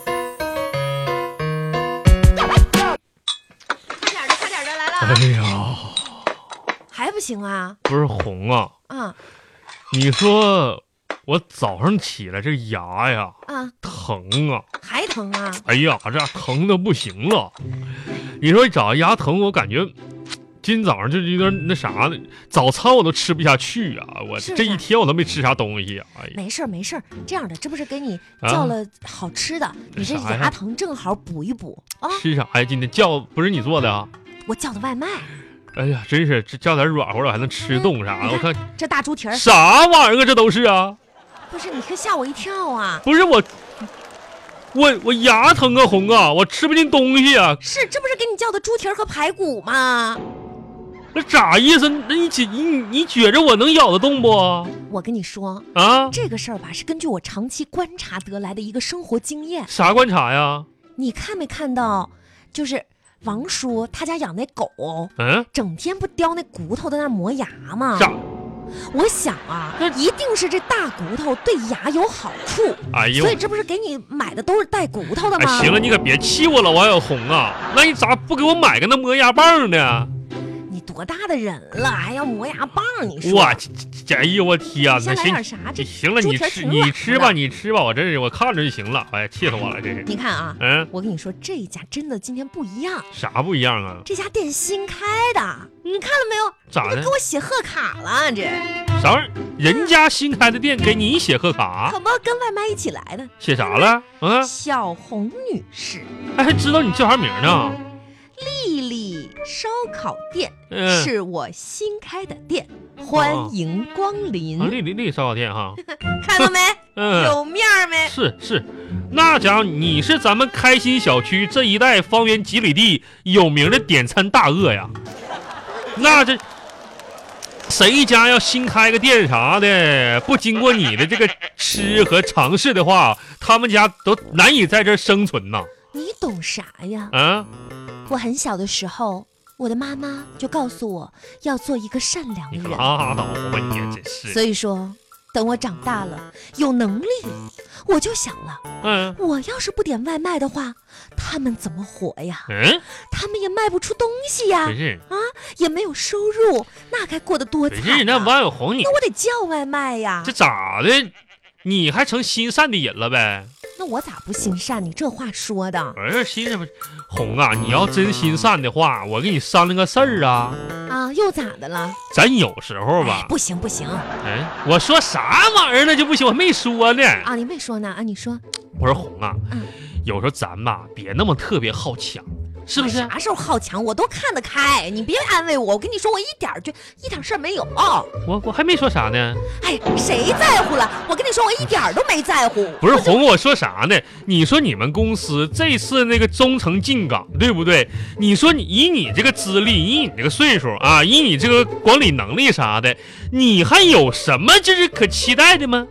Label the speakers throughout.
Speaker 1: 啊还不行啊？
Speaker 2: 哎不是红啊，
Speaker 1: 啊
Speaker 2: 你说我早上起来这牙呀
Speaker 1: 啊，
Speaker 2: 疼啊，
Speaker 1: 还疼啊？
Speaker 2: 哎呀，这疼的不行了。你说找牙疼，我感觉今早上就是有点那啥呢，早餐我都吃不下去啊！我
Speaker 1: 是不是
Speaker 2: 这一天我都没吃啥东西啊！哎呀，
Speaker 1: 没事儿没事儿，这样的，这不是给你
Speaker 2: 啊
Speaker 1: 叫了好吃的，你这
Speaker 2: 啥呀
Speaker 1: 牙疼正好补一补啊。
Speaker 2: 吃啥哎呀？今天叫不是你做的啊？
Speaker 1: 我叫的外卖，
Speaker 2: 哎呀，真是这叫点软乎的还能吃冻
Speaker 1: 嗯
Speaker 2: 啥？我看
Speaker 1: 这大猪蹄儿，
Speaker 2: 啥玩意儿啊？这都是啊！
Speaker 1: 不是你可吓我一跳啊！
Speaker 2: 不是我，我我牙疼啊，红啊，我吃不进东西啊，
Speaker 1: 是，这不是给你叫的猪蹄儿和排骨吗？
Speaker 2: 那咋意思？那你觉你你觉着我能咬得动不啊？
Speaker 1: 我跟你说，
Speaker 2: 啊，
Speaker 1: 这个事儿吧，是根据我长期观察得来的一个生活经验。
Speaker 2: 啥观察呀？
Speaker 1: 你看没看到，就是王叔他家养那狗，
Speaker 2: 嗯，
Speaker 1: 整天不叼那骨头在那磨牙吗？
Speaker 2: 咋？
Speaker 1: 我想啊
Speaker 2: 那，
Speaker 1: 一定是这大骨头对牙有好处，
Speaker 2: 哎呦
Speaker 1: 所以，这不是给你买的都是带骨头的
Speaker 2: 哎，
Speaker 1: 吗？
Speaker 2: 行了，，你可别气我了，王小红啊，那你咋不给我买个那磨牙棒呢？
Speaker 1: 你多大的人了，还要磨牙棒？你说，
Speaker 2: 我这这这，哎呦我天
Speaker 1: 啊你先来
Speaker 2: 哪！行
Speaker 1: 点啥？这，
Speaker 2: 行了，
Speaker 1: 猪
Speaker 2: 你
Speaker 1: 蹄儿
Speaker 2: 吃
Speaker 1: 挺软
Speaker 2: 你吃吧，
Speaker 1: 的
Speaker 2: 你吃吧，我真是我看着就行了。哎呀，气死我了，真是。
Speaker 1: 你看啊，
Speaker 2: 嗯，
Speaker 1: 我跟你说，这一家真的今天不一样，
Speaker 2: 啥不一样啊？
Speaker 1: 这家店新开的，你看了没有？
Speaker 2: 咋
Speaker 1: 这
Speaker 2: 的
Speaker 1: 给？我写贺卡了，这
Speaker 2: 啥玩意儿？人家新开的店给你写贺卡，
Speaker 1: 可不跟外卖一起来的，
Speaker 2: 写啥了？嗯，
Speaker 1: 小红女士，
Speaker 2: 哎还知道你叫啥名呢？
Speaker 1: 丽丽烧烤店
Speaker 2: 嗯，
Speaker 1: 是我新开的店，欢迎光临
Speaker 2: 啊，，丽丽丽烧烤店哈。
Speaker 1: 看到没？
Speaker 2: 嗯，
Speaker 1: 有面儿没？
Speaker 2: 是是，那家伙你是咱们开心小区这一带方圆几里地有名的点餐大鳄呀。那这谁家要新开个店啥的，不经过你的这个吃和尝试的话，他们家都难以在这儿生存呐。
Speaker 1: 你懂啥呀？
Speaker 2: 啊，
Speaker 1: 我很小的时候，我的妈妈就告诉我要做一个善良
Speaker 2: 你
Speaker 1: 的
Speaker 2: 可
Speaker 1: 人。
Speaker 2: 拉倒吧，你也真是。
Speaker 1: 所以说，等我长大了有能力了，我就想了，
Speaker 2: 嗯
Speaker 1: 我要是不点外卖的话，他们怎么活呀？
Speaker 2: 嗯，
Speaker 1: 他们也卖不出东西呀
Speaker 2: 真，是
Speaker 1: 也没有收入，那该过得多惨、
Speaker 2: 真
Speaker 1: 啊！
Speaker 2: 是，那王小红你
Speaker 1: 那我得叫外卖呀
Speaker 2: 这。咋的？你还成心善的人了呗？
Speaker 1: 那我咋不心善？你这话说的
Speaker 2: 我这心善红啊，你要真心善的话，我跟你商量个事儿啊。
Speaker 1: 啊，又咋的了？
Speaker 2: 咱有时候
Speaker 1: 哎
Speaker 2: 吧，
Speaker 1: 不行不行啊！
Speaker 2: 哎，我说啥玩意儿呢就不行，我还没说呢。
Speaker 1: 你没说呢啊？你说
Speaker 2: 我说红啊
Speaker 1: 嗯，
Speaker 2: 有时候咱吧别那么特别好强，是不是？
Speaker 1: 啥时候好强？我都看得开，你别安慰我。我跟你说，我一点儿就一点事儿没有。
Speaker 2: 我我还没说啥呢。
Speaker 1: 哎，谁在乎了？我跟你说，我一点儿都没在乎。
Speaker 2: 不是红，我说啥呢？你说你们公司这次那个中层进岗，对不对？你说你以你这个资历，以你这个岁数啊，以你这个管理能力啥的，你还有什么这是可期待的吗？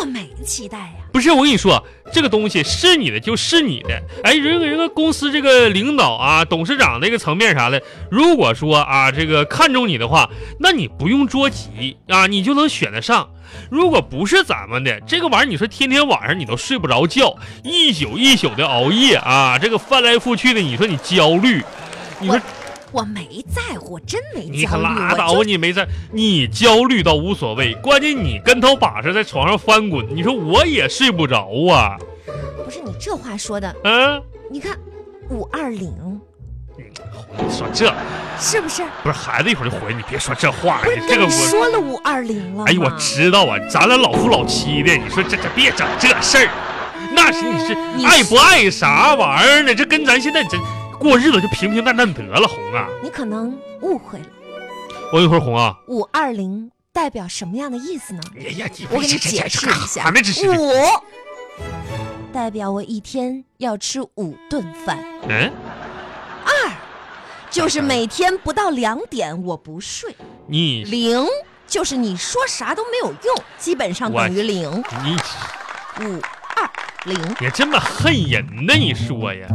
Speaker 1: 我没期待呀、
Speaker 2: 不是，我跟你说，这个东西是你的就是你的。哎，人人个公司这个领导啊，董事长那个层面啥的，如果说啊，这个看中你的话，那你不用着急啊，你就能选得上。如果不是咱们的这个玩意儿，你说天天晚上你都睡不着觉，一宿一宿的熬夜啊，这个翻来覆去的，你说你焦虑，你说
Speaker 1: 我没在乎，我真没
Speaker 2: 你
Speaker 1: 焦
Speaker 2: 可
Speaker 1: 虑。
Speaker 2: 拉
Speaker 1: 我
Speaker 2: 倒吧，
Speaker 1: 就
Speaker 2: 你没事，你焦虑倒无所谓，关键你跟头把式在床上翻滚，你说我也睡不着啊，
Speaker 1: 不是你这话说的，
Speaker 2: 嗯、
Speaker 1: 你看五二零
Speaker 2: 你说这
Speaker 1: 是不是？
Speaker 2: 不是孩子一会儿就回，你别说这话，
Speaker 1: 不是
Speaker 2: 哎你这
Speaker 1: 跟
Speaker 2: 个
Speaker 1: 你
Speaker 2: 我，
Speaker 1: 说了五二零了吗
Speaker 2: 哎呦我知道啊，咱俩老夫老妻的，你说这这别整这事儿，那是你是
Speaker 1: 你
Speaker 2: 爱不爱啥玩意儿呢？这跟咱现在这过日子就平平淡淡得了，红啊，
Speaker 1: 你可能误会了，
Speaker 2: 我一会儿红啊，
Speaker 1: 五二零代表什么样的意思呢？
Speaker 2: 哎呀，
Speaker 1: 我给你解释一下
Speaker 2: 还没解释，
Speaker 1: 五代表我一天要吃五顿饭，
Speaker 2: 嗯，
Speaker 1: 就是每天不到两点我不睡。
Speaker 2: 你
Speaker 1: 零就是你说啥都没有用，基本上等于零。
Speaker 2: 你
Speaker 1: 五二零，
Speaker 2: 你这么恨人呢？你说呀，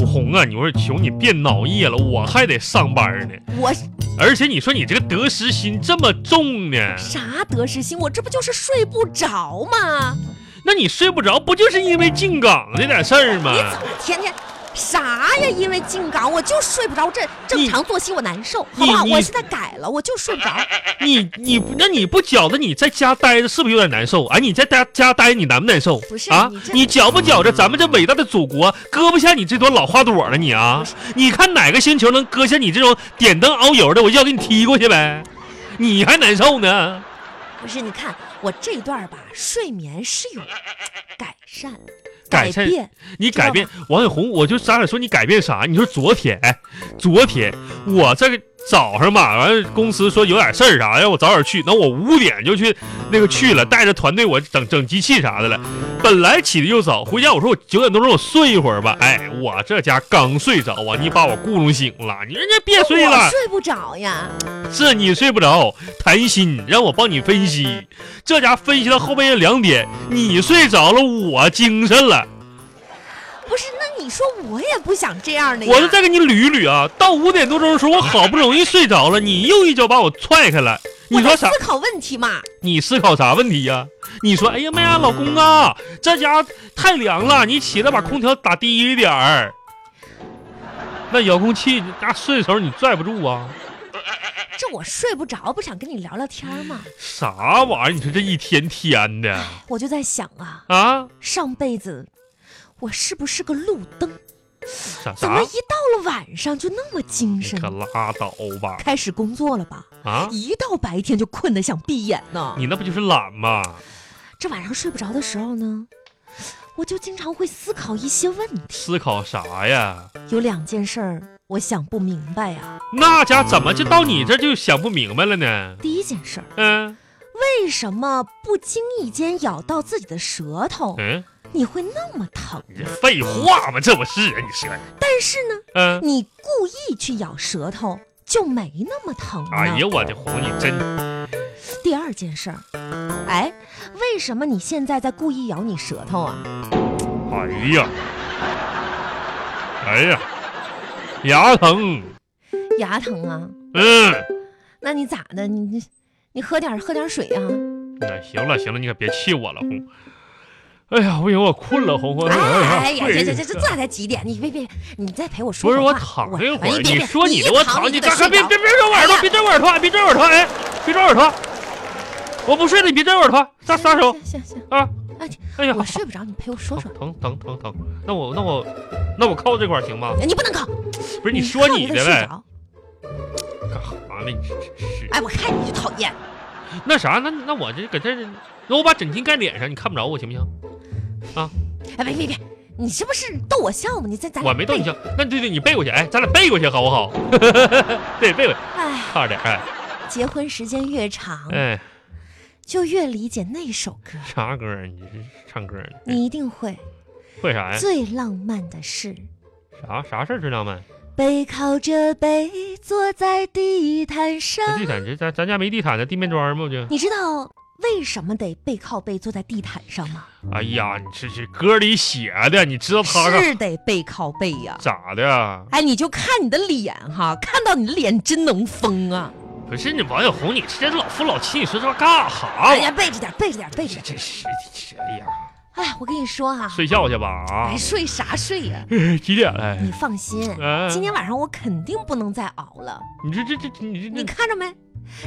Speaker 2: 我红啊，你说求你别熬夜了，我还得上班呢，
Speaker 1: 我
Speaker 2: 而且你说你这个得失心这么重呢，
Speaker 1: 啥得失心？我这不就是睡不着吗？
Speaker 2: 那你睡不着，不就是因为进岗这点事儿吗
Speaker 1: 你？怎么天天啥呀？因为进岗我就睡不着，这正常作息我难受，好
Speaker 2: 你
Speaker 1: 不好？
Speaker 2: 你
Speaker 1: 我现在改了，我就睡不着。
Speaker 2: 你你那你不觉着你在家待着是不是有点难受？哎，你在家家待着你难不难受？
Speaker 1: 不是
Speaker 2: 啊
Speaker 1: 你，这
Speaker 2: 你觉不觉着咱们这伟大的祖国搁不下你这朵老花朵了你啊？你看哪个星球能搁下你这种点灯熬油的？我就要给你踢过去呗，你还难受呢？
Speaker 1: 不是，你看我这段儿吧，睡眠是有改善、
Speaker 2: 改善
Speaker 1: 变。
Speaker 2: 你
Speaker 1: 知道
Speaker 2: 改变王小红，我就咱俩说你改变啥？你说昨天，哎昨天我这个早上嘛，完了公司说有点事儿啥，让我早点去，那我五点就去那个去了，带着团队我整整机器啥的了。本来起的就早，回家我说我九点多钟我睡一会儿吧，哎，我这家刚睡着啊，你把我咕噜醒了，你人家别睡
Speaker 1: 我
Speaker 2: 了，
Speaker 1: 睡不着呀，
Speaker 2: 这你睡不着，谈心让我帮你分析，这家分析到后半夜两点，你睡着了，我精神了。
Speaker 1: 不是？那你说我也不想这样的呀。
Speaker 2: 我就再给你捋一捋啊，到五点多钟的时候，我好不容易睡着了，你又一脚把我踹开了。你
Speaker 1: 我
Speaker 2: 说
Speaker 1: 在
Speaker 2: 啥？
Speaker 1: 思考问题嘛。
Speaker 2: 你思考啥问题呀、你说，哎呀妈呀，老公啊，这家太凉了，你起来把空调打低一点儿。那遥控器那顺手你拽不住啊？
Speaker 1: 这我睡不着，不想跟你聊聊天儿嘛。
Speaker 2: 啥玩意儿？你说这一天天的
Speaker 1: 我就在想啊，
Speaker 2: 啊？
Speaker 1: 上辈子我是不是个路灯？
Speaker 2: 啥
Speaker 1: 怎么
Speaker 2: 啥
Speaker 1: 一？到了晚上就那么精
Speaker 2: 嗯你
Speaker 1: 神？
Speaker 2: 可拉倒吧！
Speaker 1: 开始工作了吧？
Speaker 2: 啊，
Speaker 1: 一到白天就困得想闭眼呢。
Speaker 2: 你那不就是懒吗？
Speaker 1: 这晚上睡不着的时候呢，我就经常会思考一些问题。
Speaker 2: 思考啥呀？
Speaker 1: 有两件事儿我想不明白啊呀、
Speaker 2: 那家怎么就到你这就想不明白了呢？
Speaker 1: 第一件事儿，
Speaker 2: 嗯。
Speaker 1: 为什么不经意间咬到自己的舌头，
Speaker 2: 嗯，
Speaker 1: 你会那么疼？
Speaker 2: 你这废话嘛，这不是啊，你是，
Speaker 1: 但是呢，
Speaker 2: 嗯，
Speaker 1: 你故意去咬舌头就没那么疼了。
Speaker 2: 哎呀，我的红，你真
Speaker 1: 第二件事儿，哎，为什么你现在在故意咬你舌头啊？
Speaker 2: 哎呀，哎呀，牙疼，
Speaker 1: 牙疼啊？
Speaker 2: 嗯，
Speaker 1: 那你咋的？你你你喝点儿喝点儿水啊？
Speaker 2: 那行了行了，你可别气我了，红。哎呀，不行，我困了，红红。
Speaker 1: 哎呀，
Speaker 2: 会
Speaker 1: 这这这这这才几点？你别别，你再陪我说
Speaker 2: 不是
Speaker 1: 会
Speaker 2: 我
Speaker 1: 儿话
Speaker 2: 躺
Speaker 1: 我
Speaker 2: 一会
Speaker 1: 哎
Speaker 2: 儿，
Speaker 1: 别
Speaker 2: 你
Speaker 1: 别
Speaker 2: 说
Speaker 1: 你
Speaker 2: 的，我躺，
Speaker 1: 你
Speaker 2: 你干啥？别别别转
Speaker 1: 哎
Speaker 2: 耳朵
Speaker 1: 呀，
Speaker 2: 别转耳朵，别转耳朵，哎，别转耳朵，我不睡了，你别转耳朵，哎撒撒手
Speaker 1: 行行行
Speaker 2: 啊！
Speaker 1: 哎，
Speaker 2: 哎呀，
Speaker 1: 我睡不着，你陪我说说。
Speaker 2: 疼疼疼疼，那我那我那我靠这块儿行吗？
Speaker 1: 哎你不能靠，
Speaker 2: 不是你说
Speaker 1: 看
Speaker 2: 你
Speaker 1: 着
Speaker 2: 的
Speaker 1: 他睡
Speaker 2: 呗，
Speaker 1: 着。
Speaker 2: 干啥呢？你这这
Speaker 1: 哎，我看你就讨厌。
Speaker 2: 这那啥，那那我这搁这，那我把枕巾盖脸上，你看不着我行不行？
Speaker 1: 哎，别别别，你这不是逗我笑吗？你这咱俩
Speaker 2: 我没逗你
Speaker 1: 背。
Speaker 2: 笑，那对对，你背过去，哎，咱俩背过去好不好？ 对，背过去，
Speaker 1: 哎，
Speaker 2: 差点，哎
Speaker 1: 结婚时间越长，
Speaker 2: 哎，
Speaker 1: 就越理解那首歌。
Speaker 2: 啥歌啊？你这是唱歌呢？
Speaker 1: 你一定会。
Speaker 2: 会啥呀？
Speaker 1: 最浪漫的事，
Speaker 2: 啥啥事儿最浪漫？
Speaker 1: 背靠着背坐在地毯
Speaker 2: 那
Speaker 1: 上。
Speaker 2: 地毯这咱咱家没地毯的地面砖吗？不就？
Speaker 1: 你知道为什么得背靠背坐在地毯上吗？
Speaker 2: 哎呀，你这是歌里写的，你知道他干
Speaker 1: 是得背靠背呀、
Speaker 2: 咋的啊？
Speaker 1: 哎，你就看你的脸哈，看到你的脸真能疯啊！
Speaker 2: 不是你王小红，你这老夫老妻，你说这话干啥
Speaker 1: 哎
Speaker 2: 玩意
Speaker 1: 呀，
Speaker 2: 儿？
Speaker 1: 背着点，背着点，背着
Speaker 2: 这
Speaker 1: 点。
Speaker 2: 这是这哎呀。
Speaker 1: 哎，我跟你说哈、
Speaker 2: 睡觉去吧啊
Speaker 1: 哎，！睡啥睡呀、
Speaker 2: 几点了？
Speaker 1: 你放心，
Speaker 2: 哎
Speaker 1: 今天晚上我肯定不能再熬了。
Speaker 2: 你这这这你这
Speaker 1: 你
Speaker 2: 这
Speaker 1: 看着没？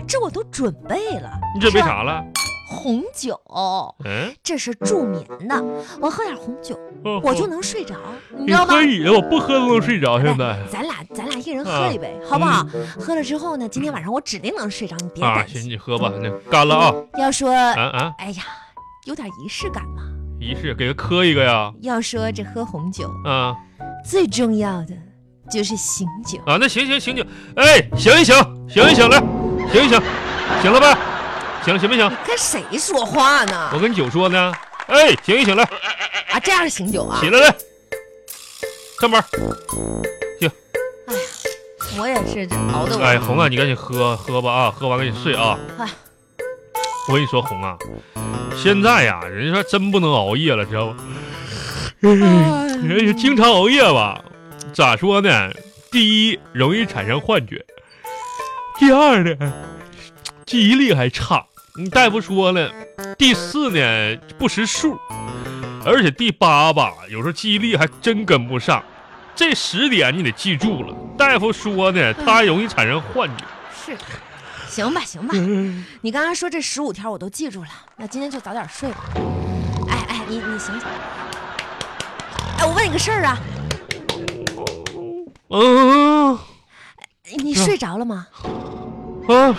Speaker 1: 这我都准备了。
Speaker 2: 嗯你准备
Speaker 1: 是吧？
Speaker 2: 啥了？
Speaker 1: 红酒，
Speaker 2: 嗯，
Speaker 1: 这是助眠的。我喝点红酒，
Speaker 2: 哦
Speaker 1: 我就
Speaker 2: 哦
Speaker 1: 能睡着，你知
Speaker 2: 你
Speaker 1: 道吗哎
Speaker 2: 喝？饮料，我不喝都能睡着。现在
Speaker 1: 咱俩咱俩一人
Speaker 2: 啊
Speaker 1: 喝一杯，好不好？喝了之后呢，今天晚上我指定能睡着，你别
Speaker 2: 嗯啊，
Speaker 1: 担
Speaker 2: 行，
Speaker 1: 心。
Speaker 2: 你喝吧，那干了啊！
Speaker 1: 要说，
Speaker 2: 啊啊，
Speaker 1: 哎呀，有点仪式感嘛。
Speaker 2: 仪式给他磕一个呀！
Speaker 1: 要说这喝红酒，
Speaker 2: 啊
Speaker 1: 最重要的就是醒酒。
Speaker 2: 啊，那行行行行，哎，醒一醒，醒一醒，来，醒一醒，醒了呗，醒了行不行
Speaker 1: 你？跟谁说话呢？
Speaker 2: 我跟九说呢，哎，醒一醒，来，
Speaker 1: 啊，这样醒酒啊
Speaker 2: 起？来来，上班。
Speaker 1: 我也是这熬的
Speaker 2: 哎，
Speaker 1: 我。
Speaker 2: 红啊，你赶紧喝喝吧啊，喝完赶紧睡啊
Speaker 1: 哎。
Speaker 2: 我跟你说，红啊，现在呀、人家说真不能熬夜了，知道吧？
Speaker 1: 嗯
Speaker 2: 人家经常熬夜吧，咋说呢？第一，容易产生幻觉；第二呢，记忆力还差。你大夫说了，第四呢不识数，而且第八吧，有时候记忆力还真跟不上。这十点你得记住了。大夫说呢，它容易产生幻觉。
Speaker 1: 是，行吧行吧，
Speaker 2: 嗯
Speaker 1: 你刚刚说这十五条我都记住了，那今天就早点睡吧。哎哎，你你醒醒。哎，我问你个事儿啊，
Speaker 2: 嗯
Speaker 1: 你睡着了吗？
Speaker 2: 啊，我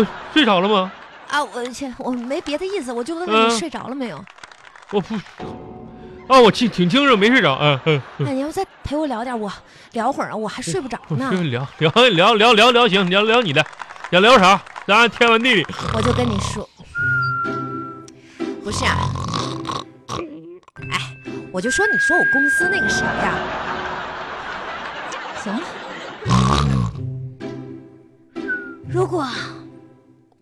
Speaker 2: 呃睡着了吗？
Speaker 1: 啊，我去，我没别的意思，我就问
Speaker 2: 嗯
Speaker 1: 问你睡着了没有。
Speaker 2: 我不啊，我清挺清楚，没睡着。嗯、嗯，
Speaker 1: 哎，你要再陪我聊点，我聊会儿啊，我还睡不着
Speaker 2: 我
Speaker 1: 呢。
Speaker 2: 这聊聊聊聊聊聊行，聊聊你的，想聊啥？咱天文地理。
Speaker 1: 我就跟你说，不是啊，哎，我就说你说我公司那个谁呀、行了，如果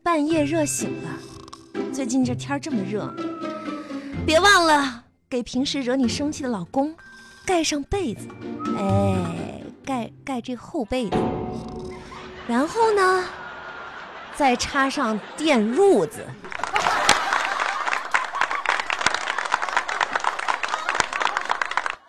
Speaker 1: 半夜热醒了，最近这天儿这么热，别忘了给平时惹你生气的老公盖上被子，哎，盖盖这厚被子，然后呢？再插上电褥子，